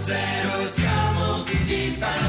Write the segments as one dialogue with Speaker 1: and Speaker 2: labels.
Speaker 1: zero siamo tutti fan.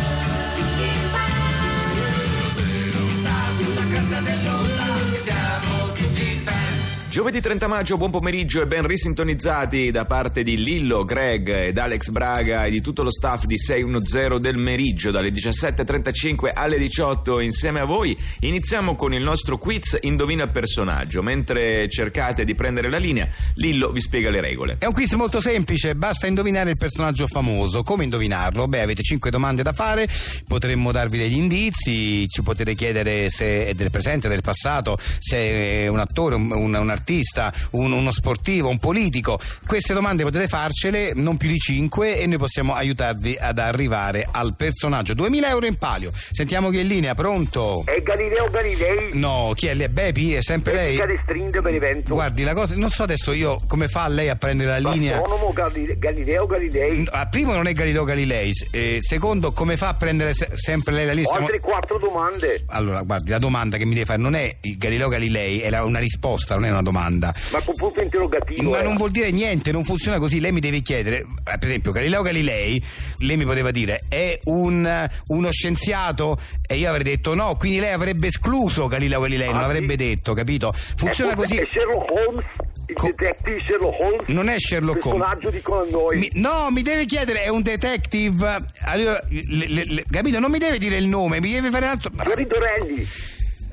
Speaker 1: Però sulla cresta dell'onda siamo tutti fan.
Speaker 2: Giovedì 30 maggio, buon pomeriggio e ben risintonizzati da parte di Lillo, Greg ed Alex Braga e di tutto lo staff di 610 del meriggio dalle 17.35 alle 18 insieme a voi. Iniziamo con il nostro quiz Indovina il personaggio. Mentre cercate di prendere la linea, Lillo vi spiega le regole.
Speaker 3: È un quiz molto semplice, basta indovinare il personaggio famoso. Come indovinarlo? Beh, avete 5 domande da fare, potremmo darvi degli indizi, ci potete chiedere se è del presente, del passato, se è un attore, un, un- un artista, un- uno sportivo, un politico. Queste domande potete farcele, non più di 5, e noi possiamo aiutarvi ad arrivare al personaggio. 2000 euro in palio. Sentiamo chi è in linea, pronto?
Speaker 4: È Galileo Galilei
Speaker 3: No, chi è lei? Bepi? È sempre
Speaker 4: che
Speaker 3: lei?
Speaker 4: cade stringhe per evento.
Speaker 3: Guardi, la cosa, non so adesso io come fa lei a prendere la linea.
Speaker 4: Astronomo Gali- Galileo Galilei.
Speaker 3: Ah, primo non è Galileo Galilei, s- eh, secondo come fa a prendere se- sempre lei la
Speaker 4: Ho
Speaker 3: lista?
Speaker 4: altre quattro domande.
Speaker 3: Allora, guardi, la domanda che mi deve fare non è il Galileo Galilei, è la- una risposta, non è una domanda.
Speaker 4: Ma con punto interrogativo.
Speaker 3: Ma
Speaker 4: eh.
Speaker 3: non vuol dire niente, non funziona così. Lei mi deve chiedere, eh, per esempio, Galileo Galilei, lei mi poteva dire è un- uno scienziato e io avrei detto no, quindi lei avrebbe escluso Galileo Galilei, non
Speaker 4: Ah,
Speaker 3: l'avrebbe
Speaker 4: sì? Eh,
Speaker 3: detto, capito? Funziona
Speaker 4: È forse-
Speaker 3: così.
Speaker 4: È Sherlock Holmes, il
Speaker 3: Co-
Speaker 4: detective Sherlock Holmes.
Speaker 3: Non è Sherlock Holmes.
Speaker 4: personaggio di Conan Doyle.
Speaker 3: Mi- no, mi deve chiedere, è un detective. Allora, le- le- le- capito? Non mi deve dire il nome, mi deve fare un altro.
Speaker 4: Giorgio Dorelli.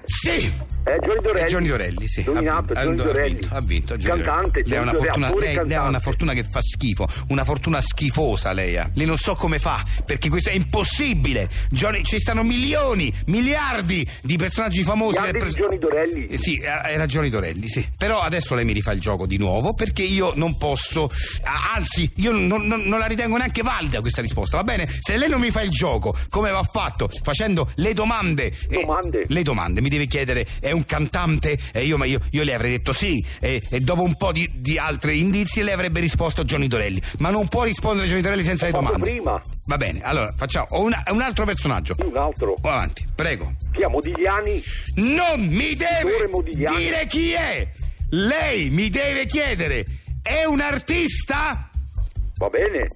Speaker 3: Sì!
Speaker 4: Eh, Giorgio Dorelli.
Speaker 3: È Giorni Dorelli, sì.
Speaker 4: Indovinato,
Speaker 3: Ha- ha-
Speaker 4: Giorgio Dorelli.
Speaker 3: Ha vinto, ha vinto. Giorni
Speaker 4: Cantante,
Speaker 3: Dorelli. Lei ha una
Speaker 4: Giorgio Dorelli,
Speaker 3: fortuna,
Speaker 4: attore,
Speaker 3: lei- lei ha
Speaker 4: cantante.
Speaker 3: una fortuna che fa schifo, una fortuna schifosa lei ha. Lei non so come fa, perché questo è impossibile. Giorni- ci stanno milioni, miliardi di personaggi famosi.
Speaker 4: Grande
Speaker 3: del
Speaker 4: di
Speaker 3: pres-
Speaker 4: Giorgio Dorelli.
Speaker 3: Eh, Sì, ha ha ragione Dorelli, sì. Però adesso lei mi rifà il gioco di nuovo perché io non posso, ah, anzi, io non, non- non la ritengo neanche valida questa risposta, va bene? Se lei non mi fa il gioco, come va fatto? Facendo le domande. eh,
Speaker 4: Domande?
Speaker 3: le domande, mi deve chiedere, è un cantante? E io, ma io, io le avrei detto sì, e, e dopo un po' di, di altri indizi lei avrebbe risposto Gianni Dorelli. Ma non può rispondere Gianni Dorelli senza le
Speaker 4: Fatto
Speaker 3: domande.
Speaker 4: prima.
Speaker 3: Va bene, allora facciamo ho una- un altro personaggio.
Speaker 4: Un altro.
Speaker 3: Oh, Avanti, prego.
Speaker 4: Chiamo Digliani.
Speaker 3: Non mi
Speaker 4: Signore
Speaker 3: deve
Speaker 4: Modigliani.
Speaker 3: dire chi è! Lei mi deve chiedere, è un artista?
Speaker 4: Va bene.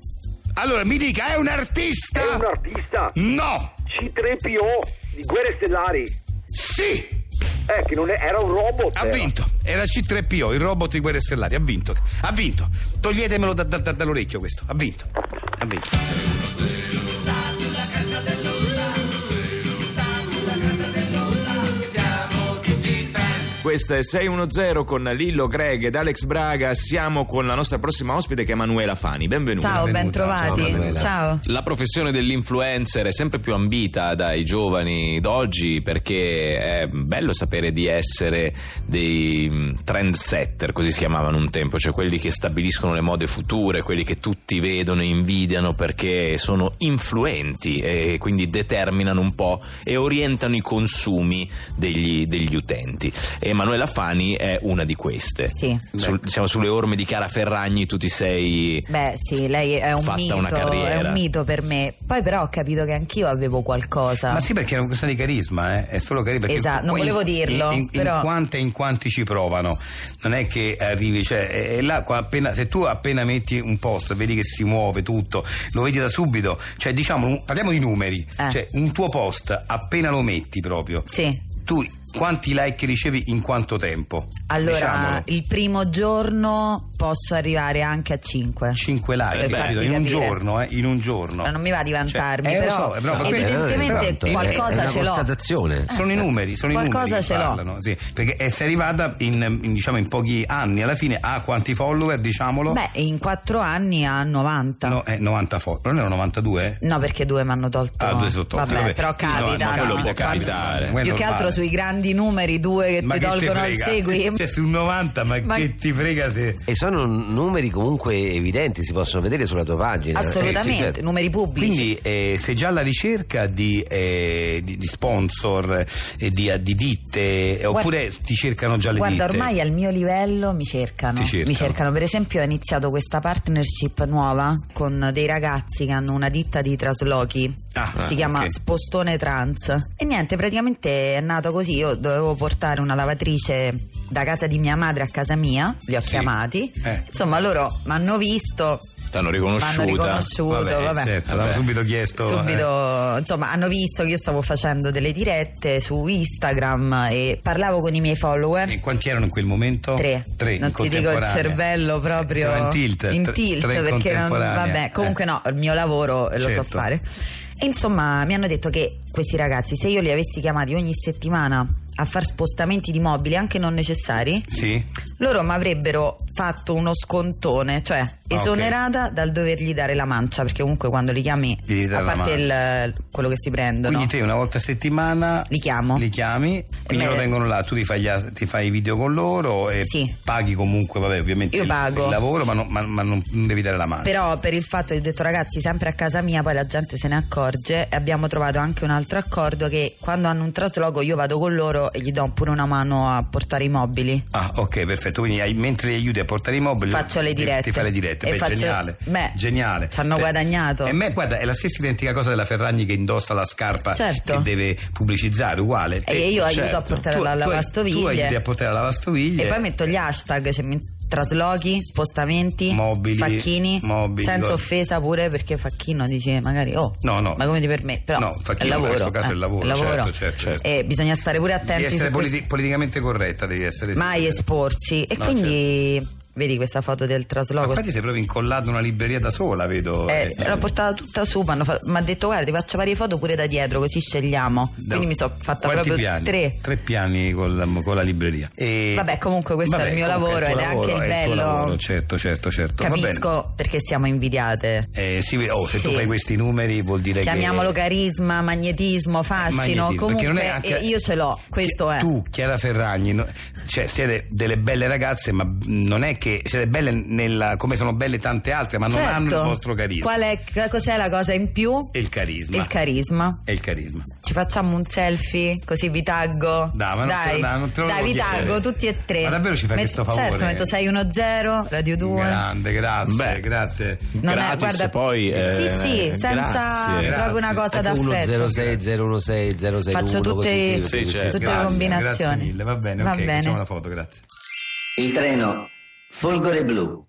Speaker 3: Allora mi dica, è un artista?
Speaker 4: È un artista.
Speaker 3: No!
Speaker 4: C3PO oh, di Guerre Stellari.
Speaker 3: Sì!
Speaker 4: Eh, che non è- era un robot.
Speaker 3: Ha
Speaker 4: era.
Speaker 3: vinto! Era C3PO, il robot di Guerre Stellari, ha vinto! Ha vinto! Toglietemelo da- da- da- dall'orecchio questo, ha vinto! Ha vinto!
Speaker 2: Questa è 610 con Lillo, Greg ed Alex Braga. Siamo con la nostra prossima ospite che è Manuela Fani. Benvenuta.
Speaker 5: Ciao, ben
Speaker 3: benvenuta. Ciao,
Speaker 5: trovati.
Speaker 3: Manuela.
Speaker 5: Ciao.
Speaker 6: La professione dell'influencer è sempre più ambita dai giovani d'oggi perché è bello sapere di essere dei mm, trendsetter, così si chiamavano un tempo, cioè quelli che stabiliscono le mode future, quelli che tutti vedono e invidiano perché sono influenti e quindi determinano un po' e orientano i consumi degli, degli utenti. E Manuela Fani è una di queste.
Speaker 5: Sì.
Speaker 6: Sul- siamo sulle orme di Chiara Ferragni, tu ti sei...
Speaker 5: Beh, sì, lei è un
Speaker 6: Fatta
Speaker 5: mito,
Speaker 6: una carriera.
Speaker 5: è un mito per me. Poi però ho capito che anch'io avevo qualcosa.
Speaker 3: Ma sì, perché è una questione di carisma, eh, è solo carisma. perché
Speaker 5: Esatto, non
Speaker 3: poi in-
Speaker 5: volevo dirlo,
Speaker 3: In, in
Speaker 5: però-
Speaker 3: quante e in quanti ci provano, non è che arrivi, cioè, è- è là, qua appena, se tu appena metti un posto e vedi che si muove tutto, lo vedi da subito, cioè, diciamo, un- parliamo di numeri,
Speaker 5: Eh.
Speaker 3: cioè, un tuo post appena lo metti proprio,
Speaker 5: Sì.
Speaker 3: tu quanti like ricevi in quanto tempo?
Speaker 5: Allora,
Speaker 3: Diciamolo.
Speaker 5: il primo giorno posso arrivare anche a 5.
Speaker 3: 5
Speaker 5: Eh
Speaker 3: like
Speaker 5: beh,
Speaker 3: capito? in un
Speaker 5: capire.
Speaker 3: giorno, eh, in un giorno.
Speaker 5: Ma non mi va di vantarmi,
Speaker 3: Cioè, eh, lo
Speaker 5: però,
Speaker 3: so, eh, però-
Speaker 5: evidentemente
Speaker 3: però-
Speaker 5: qualcosa ce l'ho.
Speaker 3: Sono i numeri, sono i
Speaker 5: Eh, Qualcosa
Speaker 3: numeri. che
Speaker 5: ce l'ho.
Speaker 3: parlano, sì. Perché eh, sei arrivata in, in, diciamo, in pochi anni, alla fine ha quanti follower, diciamolo?
Speaker 5: Beh, in 4 anni a 90. No,
Speaker 3: No, eh, 90 follower, non erano 92?
Speaker 5: perché due mi hanno tolto.
Speaker 3: Ah, due sono tolti,
Speaker 5: Vabbè,
Speaker 3: vabbè.
Speaker 5: però
Speaker 3: No,
Speaker 5: capita.
Speaker 3: ma
Speaker 6: quello
Speaker 5: no?
Speaker 6: può capitare.
Speaker 5: Più
Speaker 3: Quello
Speaker 5: che
Speaker 3: normale.
Speaker 5: altro sui grandi numeri, due che
Speaker 3: Ma
Speaker 5: ti
Speaker 3: che te
Speaker 5: tolgono al
Speaker 3: frega?
Speaker 5: segui.
Speaker 3: Cioè, sul 90, ma,
Speaker 5: Ma-
Speaker 3: che ti frega se...
Speaker 7: E sono numeri comunque evidenti, si possono vedere sulla tua pagina.
Speaker 5: Assolutamente,
Speaker 7: Eh, sì, certo.
Speaker 5: numeri pubblici.
Speaker 3: Quindi eh, sei già alla ricerca di, eh, di- di sponsor, eh, di, di ditte, eh, oppure ti cercano già le
Speaker 5: Guarda,
Speaker 3: ditte?
Speaker 5: ormai al mio livello mi cercano.
Speaker 3: Ti cercano.
Speaker 5: Mi cercano. Per esempio, ho iniziato questa partnership nuova con dei ragazzi che hanno una ditta di traslochi.
Speaker 3: Ah,
Speaker 5: si
Speaker 3: ah,
Speaker 5: chiama
Speaker 3: ok.
Speaker 5: Spostone Trans. E niente, praticamente è nato così. Io dovevo portare una lavatrice da casa di mia madre a casa mia. Li ho
Speaker 3: Sì.
Speaker 5: chiamati.
Speaker 3: Eh.
Speaker 5: Insomma, loro mi hanno visto.
Speaker 6: T'hanno riconosciuta.
Speaker 5: M'hanno riconosciuto, vabbè.
Speaker 3: certo,
Speaker 6: Vabbè.
Speaker 3: l'hanno subito chiesto. eh.
Speaker 5: Subito, insomma, hanno visto che io stavo facendo delle dirette su Instagram e parlavo con i miei follower.
Speaker 3: E quanti erano in quel momento?
Speaker 5: Eh. Tre.
Speaker 3: Tre. in
Speaker 5: non ti dico il
Speaker 3: contemporanea.
Speaker 5: cervello proprio
Speaker 3: Era in tilt.
Speaker 5: in
Speaker 3: tre-
Speaker 5: tilt,
Speaker 3: tre in
Speaker 5: perché non,
Speaker 3: contemporanea.
Speaker 5: vabbè, comunque
Speaker 3: Eh.
Speaker 5: no, il mio lavoro eh, lo so
Speaker 3: Certo.
Speaker 5: fare. E insomma, mi hanno detto che questi ragazzi, se io li avessi chiamati ogni settimana a far spostamenti di mobili anche non necessari,
Speaker 3: Sì.
Speaker 5: loro mi avrebbero fatto uno scontone, cioè
Speaker 3: Ah,
Speaker 5: esonerata dal dovergli dare la mancia, perché comunque quando li chiami,
Speaker 3: Gli devi dare
Speaker 5: a
Speaker 3: la
Speaker 5: parte il- quello che si prendono,
Speaker 3: Quindi te una volta a settimana
Speaker 5: Li chiamo.
Speaker 3: li chiami, quindi
Speaker 5: me-
Speaker 3: loro vengono là, tu ti fai, gli as- ti fai i video con loro e
Speaker 5: Sì.
Speaker 3: paghi comunque, vabbè ovviamente
Speaker 5: Io
Speaker 3: il,
Speaker 5: pago.
Speaker 3: il lavoro ma, non, ma- ma non- non devi dare la mano.
Speaker 5: Però per il fatto che ho detto ragazzi sempre a casa mia poi la gente se ne accorge e abbiamo trovato anche un altro accordo che quando hanno un trasloco io vado con loro e gli do pure una mano a portare i mobili.
Speaker 3: Ah ok perfetto, quindi hai- mentre li aiuti a portare i mobili
Speaker 5: Faccio le
Speaker 3: ti-
Speaker 5: dirette.
Speaker 3: Ti fai le dirette,
Speaker 5: E
Speaker 3: Beh,
Speaker 5: faccio-
Speaker 3: geniale.
Speaker 5: Beh,
Speaker 3: geniale.
Speaker 5: ci hanno
Speaker 3: Beh,
Speaker 5: guadagnato.
Speaker 3: E me guarda è la stessa identica cosa della Ferragni che indossa la scarpa
Speaker 5: Certo.
Speaker 3: che deve pubblicizzare, uguale.
Speaker 5: E io aiuto a portare
Speaker 3: Eh, certo. Tu-
Speaker 5: la
Speaker 3: tu- Tu
Speaker 5: lavastoviglie.
Speaker 3: aiuti a portare la lavastoviglie.
Speaker 5: E poi metto gli hashtag, cioè mi- traslochi, spostamenti,
Speaker 3: Mobili,
Speaker 5: facchini,
Speaker 3: mobili,
Speaker 5: senza
Speaker 3: cose.
Speaker 5: offesa pure perché facchino dice magari oh,
Speaker 3: No, no.
Speaker 5: ma come ti permetti? Però
Speaker 3: No,
Speaker 5: è
Speaker 3: facchino, in
Speaker 5: lavoro,
Speaker 3: questo caso è il lavoro, certo, certo, certo.
Speaker 5: E bisogna stare pure attenti
Speaker 3: Devi essere
Speaker 5: su questo.
Speaker 3: politi- politicamente corretta, devi essere...
Speaker 5: mai
Speaker 3: sì.
Speaker 5: esporsi e
Speaker 3: No, certo.
Speaker 5: quindi vedi questa foto del
Speaker 3: Ma
Speaker 5: trasloco
Speaker 3: infatti sei proprio incollato in una libreria da sola, vedo.
Speaker 5: Eh,
Speaker 3: Eh,
Speaker 5: l'ho portata tutta su mi hanno fa- mi ha detto guarda ti faccio varie foto pure da dietro così scegliamo
Speaker 3: Da-
Speaker 5: quindi mi sono fatta
Speaker 3: Quanti
Speaker 5: proprio
Speaker 3: piani?
Speaker 5: tre
Speaker 3: Tre piani col- con la libreria. E-
Speaker 5: Vabbè, comunque questo è il mio
Speaker 3: comunque
Speaker 5: lavoro
Speaker 3: è tuo
Speaker 5: ed è anche
Speaker 3: lavoro,
Speaker 5: il
Speaker 3: è tuo
Speaker 5: bello.
Speaker 3: lavoro, certo, certo, certo. Va bene.
Speaker 5: capisco perché siamo invidiate
Speaker 3: Eh, sì, oh, se tu
Speaker 5: Sì.
Speaker 3: fai questi numeri vuol dire
Speaker 5: chiamiamolo
Speaker 3: che...
Speaker 5: carisma magnetismo fascino
Speaker 3: Magnetismo, perché non è
Speaker 5: comunque
Speaker 3: anche-
Speaker 5: eh, io ce l'ho questo
Speaker 3: Chi-
Speaker 5: è
Speaker 3: Tu, Chiara Ferragni, no- cioè siete delle belle ragazze, ma non è che siete belle nella- come sono belle tante altre, ma non
Speaker 5: Certo.
Speaker 3: hanno il vostro carisma.
Speaker 5: Qual è- c- cos'è la cosa in più
Speaker 3: E il carisma.
Speaker 5: il carisma
Speaker 3: E il carisma.
Speaker 5: ci facciamo un selfie così vi taggo
Speaker 3: Dai, ma non te lo- dai, non te lo
Speaker 5: dai vi
Speaker 3: devo chiedere.
Speaker 5: taggo tutti e tre
Speaker 3: Ma davvero ci fai questo favore?
Speaker 5: certo metto 610 Radio 2
Speaker 3: Grande, grazie,
Speaker 6: Beh.
Speaker 3: grazie.
Speaker 5: Non è-
Speaker 6: Gratis
Speaker 5: guarda-
Speaker 6: poi eh,
Speaker 5: sì sì senza
Speaker 6: grazie.
Speaker 5: proprio una
Speaker 8: certo.
Speaker 5: cosa
Speaker 7: Ecco,
Speaker 5: d'affetto
Speaker 7: 106016 061
Speaker 5: Faccio tutte-
Speaker 7: così,
Speaker 5: Sì,
Speaker 7: così,
Speaker 6: certo.
Speaker 5: tutte le
Speaker 3: Eh, Grazie,
Speaker 5: combinazioni
Speaker 3: Grazie mille, va bene, ok, facciamo una foto, grazie.
Speaker 9: Il treno Folgore Blu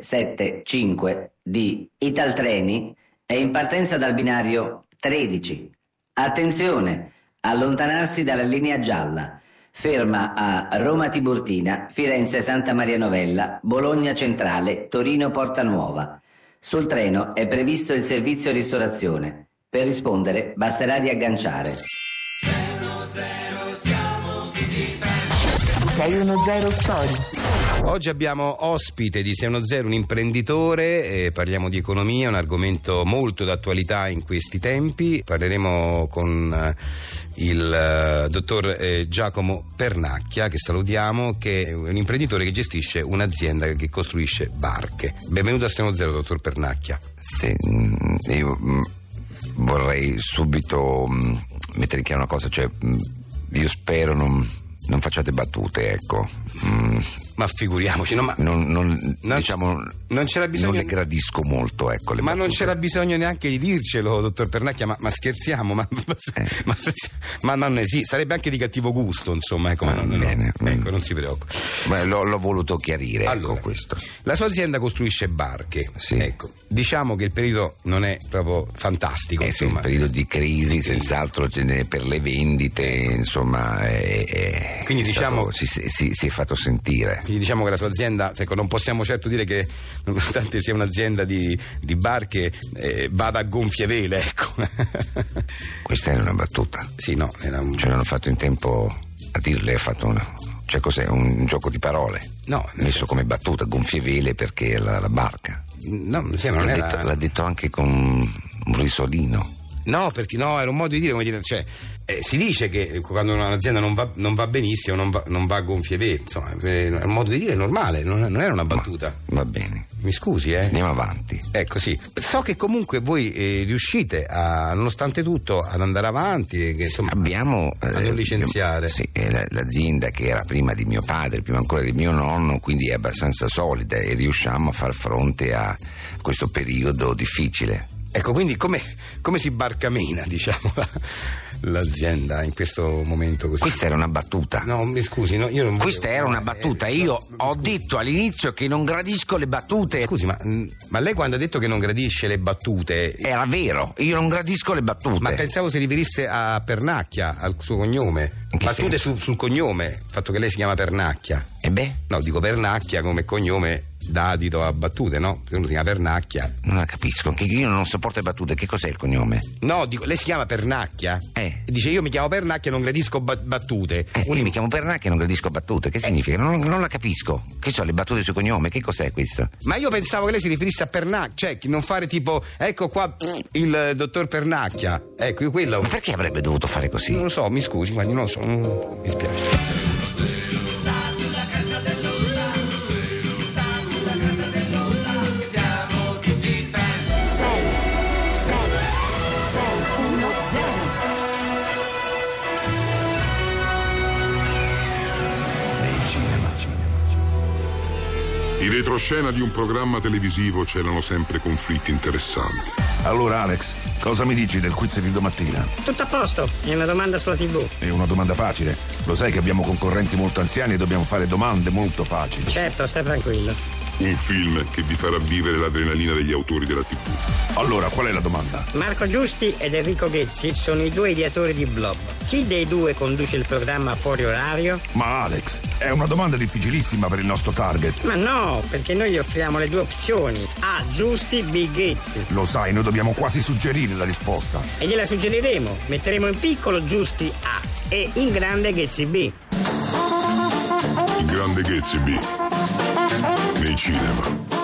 Speaker 9: 9775 di Italtreni è in partenza dal binario 13. Attenzione, allontanarsi dalla linea gialla. Ferma a Roma Tiburtina, Firenze Santa Maria Novella, Bologna Centrale, Torino Porta Nuova. Sul treno è previsto il servizio ristorazione. Per rispondere basterà riagganciare.
Speaker 10: 610 Story.
Speaker 3: Oggi abbiamo ospite di 610, un imprenditore, eh, parliamo di economia, un argomento molto d'attualità in questi tempi. Parleremo con eh, il eh, dottor eh, Giacomo Pernacchia, che salutiamo, che è un imprenditore che gestisce un'azienda che costruisce barche. Benvenuto a 610, dottor Pernacchia.
Speaker 8: Sì, mh, io mh, vorrei subito mh, mettere in chiaro una cosa, cioè mh, io spero non, non facciate battute, ecco. Mm,
Speaker 3: Ma figuriamoci, no, ma,
Speaker 8: non, non-
Speaker 3: Non c-
Speaker 8: diciamo,
Speaker 3: non c'era bisogno-
Speaker 8: Non le gradisco molto, ecco. Le
Speaker 3: ma non
Speaker 8: battute.
Speaker 3: c'era bisogno neanche di dircelo, dottor Pernacchia, ma, ma scherziamo, ma, ma,
Speaker 8: Eh.
Speaker 3: ma- ma non esiste, sarebbe anche di cattivo gusto, insomma, ecco, ma
Speaker 8: Ah,
Speaker 3: non, non-
Speaker 8: bene,
Speaker 3: ecco,
Speaker 8: mm.
Speaker 3: non si preoccupi.
Speaker 8: Beh, l'ho, l'ho voluto chiarire,
Speaker 3: Allora.
Speaker 8: ecco questo.
Speaker 3: La sua azienda costruisce barche.
Speaker 8: Sì.
Speaker 3: Ecco, diciamo che il periodo non è proprio fantastico.
Speaker 8: Eh sì,
Speaker 3: insomma.
Speaker 8: il periodo di crisi,
Speaker 3: Di crisi.
Speaker 8: senz'altro ce n'è per le vendite, insomma, è- è-
Speaker 3: Quindi
Speaker 8: è
Speaker 3: diciamo-
Speaker 8: stato- si- si- si è fatto sentire.
Speaker 3: Quindi diciamo che la sua azienda, ecco, non possiamo certo dire che, nonostante sia un'azienda di, di barche, eh, vada a gonfie vele, ecco.
Speaker 8: Questa era una battuta.
Speaker 3: sì, no, era un...
Speaker 8: Cioè, non ho fatto in tempo a dirle, ha fatto una. Cioè, cos'è? Un gioco di parole.
Speaker 3: No, nel
Speaker 8: Messo come battuta, gonfie vele perché è la, la barca.
Speaker 3: no, mi sembra non
Speaker 8: l'ha,
Speaker 3: era...
Speaker 8: detto, l'ha detto anche con un risolino.
Speaker 3: No, perché no, era un modo di dire, come dire, cioè, eh, si dice che quando un'azienda non va, non va benissimo, non va, non va a gonfie vele, insomma, eh, è un modo di dire normale, non, non era una battuta.
Speaker 8: Va bene.
Speaker 3: Mi scusi, eh.
Speaker 8: Andiamo avanti.
Speaker 3: Ecco, sì. So che comunque voi eh, riuscite, a, nonostante tutto, ad andare avanti. eh, Che, insomma,
Speaker 8: abbiamo eh,
Speaker 3: a non licenziare.
Speaker 8: sì, è la- l'azienda che era prima di mio padre prima ancora di mio nonno quindi è abbastanza solida e riusciamo a far fronte a questo periodo difficile
Speaker 3: Ecco, quindi come, come si barcamena, diciamo, la- l'azienda in questo momento così?
Speaker 8: Questa era una battuta.
Speaker 3: No, mi scusi, no, io non volevo-
Speaker 8: Questa era una battuta.
Speaker 3: Eh,
Speaker 8: Io
Speaker 3: no,
Speaker 8: ho detto all'inizio che non gradisco le battute.
Speaker 3: Scusi, ma, mh, ma lei quando ha detto che non gradisce le battute,
Speaker 8: Era vero, io non gradisco le battute.
Speaker 3: ma pensavo si riferisse a Pernacchia, al suo cognome.
Speaker 8: In che
Speaker 3: Battute
Speaker 8: senso?
Speaker 3: su- sul cognome, il fatto che lei si chiama Pernacchia.
Speaker 8: E Eh beh,
Speaker 3: No, dico Pernacchia come cognome da adito a battute, no? Se uno si chiama Pernacchia.
Speaker 8: non la capisco. Che io non sopporto le battute. Che cos'è il cognome?
Speaker 3: No, dico, lei si chiama Pernacchia?
Speaker 8: Eh.
Speaker 3: E dice io mi chiamo Pernacchia e non gradisco ba- battute.
Speaker 8: Eh, io mi chiamo Pernacchia e non gradisco battute. Che significa? Non, non la capisco. Che so, le battute sul cognome? Che cos'è questo?
Speaker 3: Ma io pensavo che lei si riferisse a Pernacchia, cioè che non fare tipo, ecco qua pff, il eh, dottor Pernacchia. Ecco, io quello.
Speaker 8: Ma perché avrebbe dovuto fare così?
Speaker 3: Non lo so, mi scusi, ma non lo so, mm, mi spiace.
Speaker 11: In retroscena di un programma televisivo c'erano sempre conflitti interessanti.
Speaker 1: Allora Alex, cosa mi dici del quiz di domattina?
Speaker 12: Tutto a posto, è una domanda sulla TV.
Speaker 1: È una domanda facile. Lo sai che abbiamo concorrenti molto anziani e dobbiamo fare domande molto facili.
Speaker 12: Certo, stai tranquillo.
Speaker 11: Un film che vi farà vivere l'adrenalina degli autori della TV.
Speaker 1: Allora, qual è la domanda?
Speaker 12: Marco Giusti ed Enrico Ghezzi sono i due ideatori di Blob. Chi dei due conduce il programma fuori orario?
Speaker 1: Ma Alex, è una domanda difficilissima per il nostro target.
Speaker 12: Ma no, perché noi gli offriamo le due opzioni. A. Giusti, B. Ghezzi.
Speaker 1: Lo sai, noi dobbiamo quasi suggerire la risposta.
Speaker 12: E gliela suggeriremo. Metteremo in piccolo Giusti A e in grande Ghezzi B.
Speaker 11: Il grande Gatsby. Nei cinema.